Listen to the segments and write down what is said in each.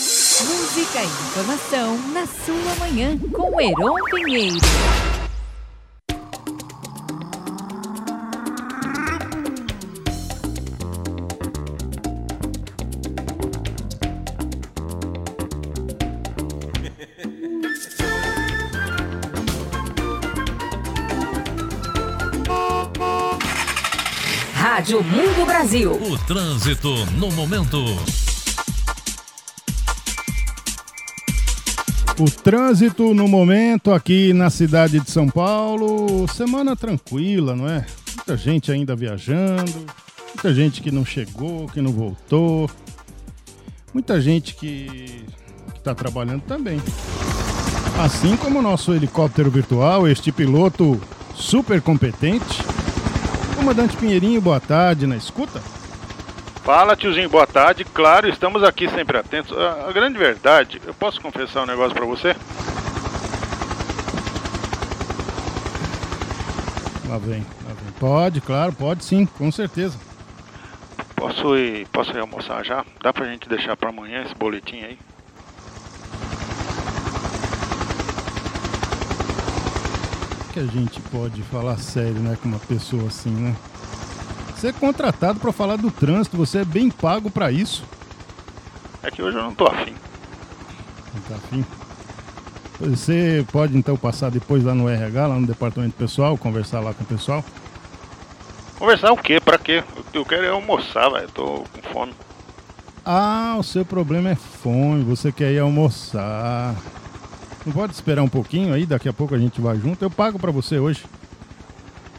Música e informação na sua manhã com Heron Pinheiro. Rádio Mundo Brasil. O trânsito no momento. O trânsito no momento aqui na cidade de São Paulo, semana tranquila, não é? Muita gente ainda viajando, muita gente que não chegou, que não voltou, muita gente que está trabalhando também. Assim como o nosso helicóptero virtual, este piloto super competente. Comandante Pinheirinho, boa tarde, na escuta? Fala tiozinho, boa tarde. Claro, estamos aqui sempre atentos. A, a grande verdade, eu posso confessar um negócio pra você? Lá vem, lá vem. Pode, claro, pode sim, com certeza. Posso ir, posso ir almoçar já? Dá pra gente deixar pra amanhã esse boletim aí? Como que a gente pode falar sério, né, com uma pessoa assim, né? Você é contratado pra falar do trânsito, você é bem pago pra isso. É que hoje eu não tô afim. Não tá afim? Você pode então passar depois lá no RH, lá no departamento pessoal, conversar lá com o pessoal. Conversar é o quê? Pra quê? O que eu quero é almoçar, velho. Tô com fome. Ah, o seu problema é fome, você quer ir almoçar. Não pode esperar um pouquinho aí, daqui a pouco a gente vai junto. Eu pago pra você hoje.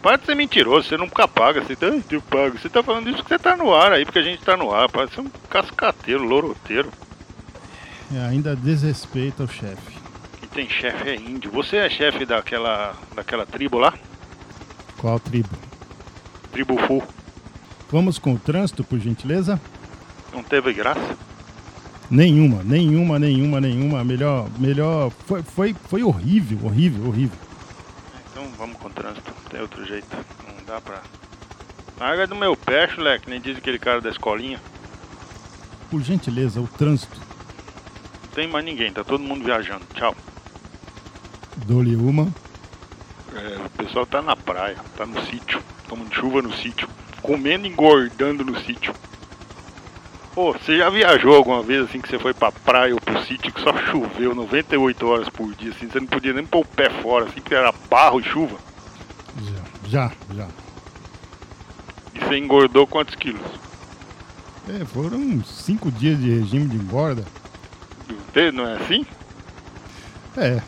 Para de ser mentiroso, você nunca paga, você tá, eu pago. Você tá falando isso porque você tá no ar aí, porque a gente tá no ar, parece um cascateiro, loroteiro. É, ainda desrespeita o chefe. Quem tem chefe é índio. Você é chefe daquela. daquela tribo lá? Qual tribo? Tribo Fu. Vamos com o trânsito, por gentileza? Não teve graça? Nenhuma, nenhuma, nenhuma, nenhuma. Melhor, melhor. Foi, foi, foi horrível, horrível, horrível. Então vamos com o trânsito, não tem outro jeito. Não dá pra. Larga do meu pé, moleque, nem diz aquele cara da escolinha. Por gentileza, o trânsito. Não tem mais ninguém, tá todo mundo viajando. Tchau. Dou-lhe uma. É, o pessoal tá na praia, tá no sítio, tomando chuva no sítio, comendo e engordando no sítio. Ô, você já viajou alguma vez assim que você foi pra praia ou pro sítio que só choveu 98 horas por dia, assim, você não podia nem pôr o pé fora, assim, que era barro e chuva? Já, já, já. E você engordou quantos quilos? É, foram cinco dias de regime de engorda. Entende? Não é assim? É,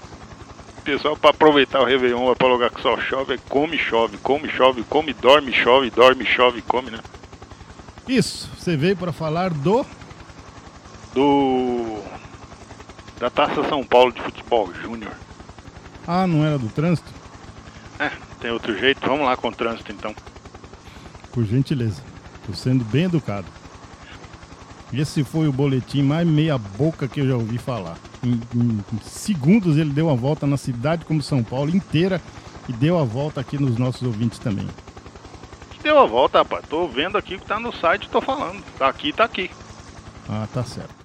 O pessoal pra aproveitar o Réveillon, vai pra lugar que só chove, é come, chove, come, chove, come, dorme, chove, dorme, chove, come, né? isso. Você veio pra falar do. Do. Da Taça São Paulo de Futebol Júnior. Ah, não era do trânsito? É, tem outro jeito, vamos lá com o trânsito então. Por gentileza. Tô sendo bem educado. Esse foi o boletim mais meia boca que eu já ouvi falar. Em, em- em segundos ele deu uma volta na cidade como São Paulo inteira e deu a volta aqui nos nossos ouvintes também. Que deu a volta, rapaz. Tô vendo aqui o que tá no site, tô falando. Tá aqui, tá aqui. Ah, tá certo.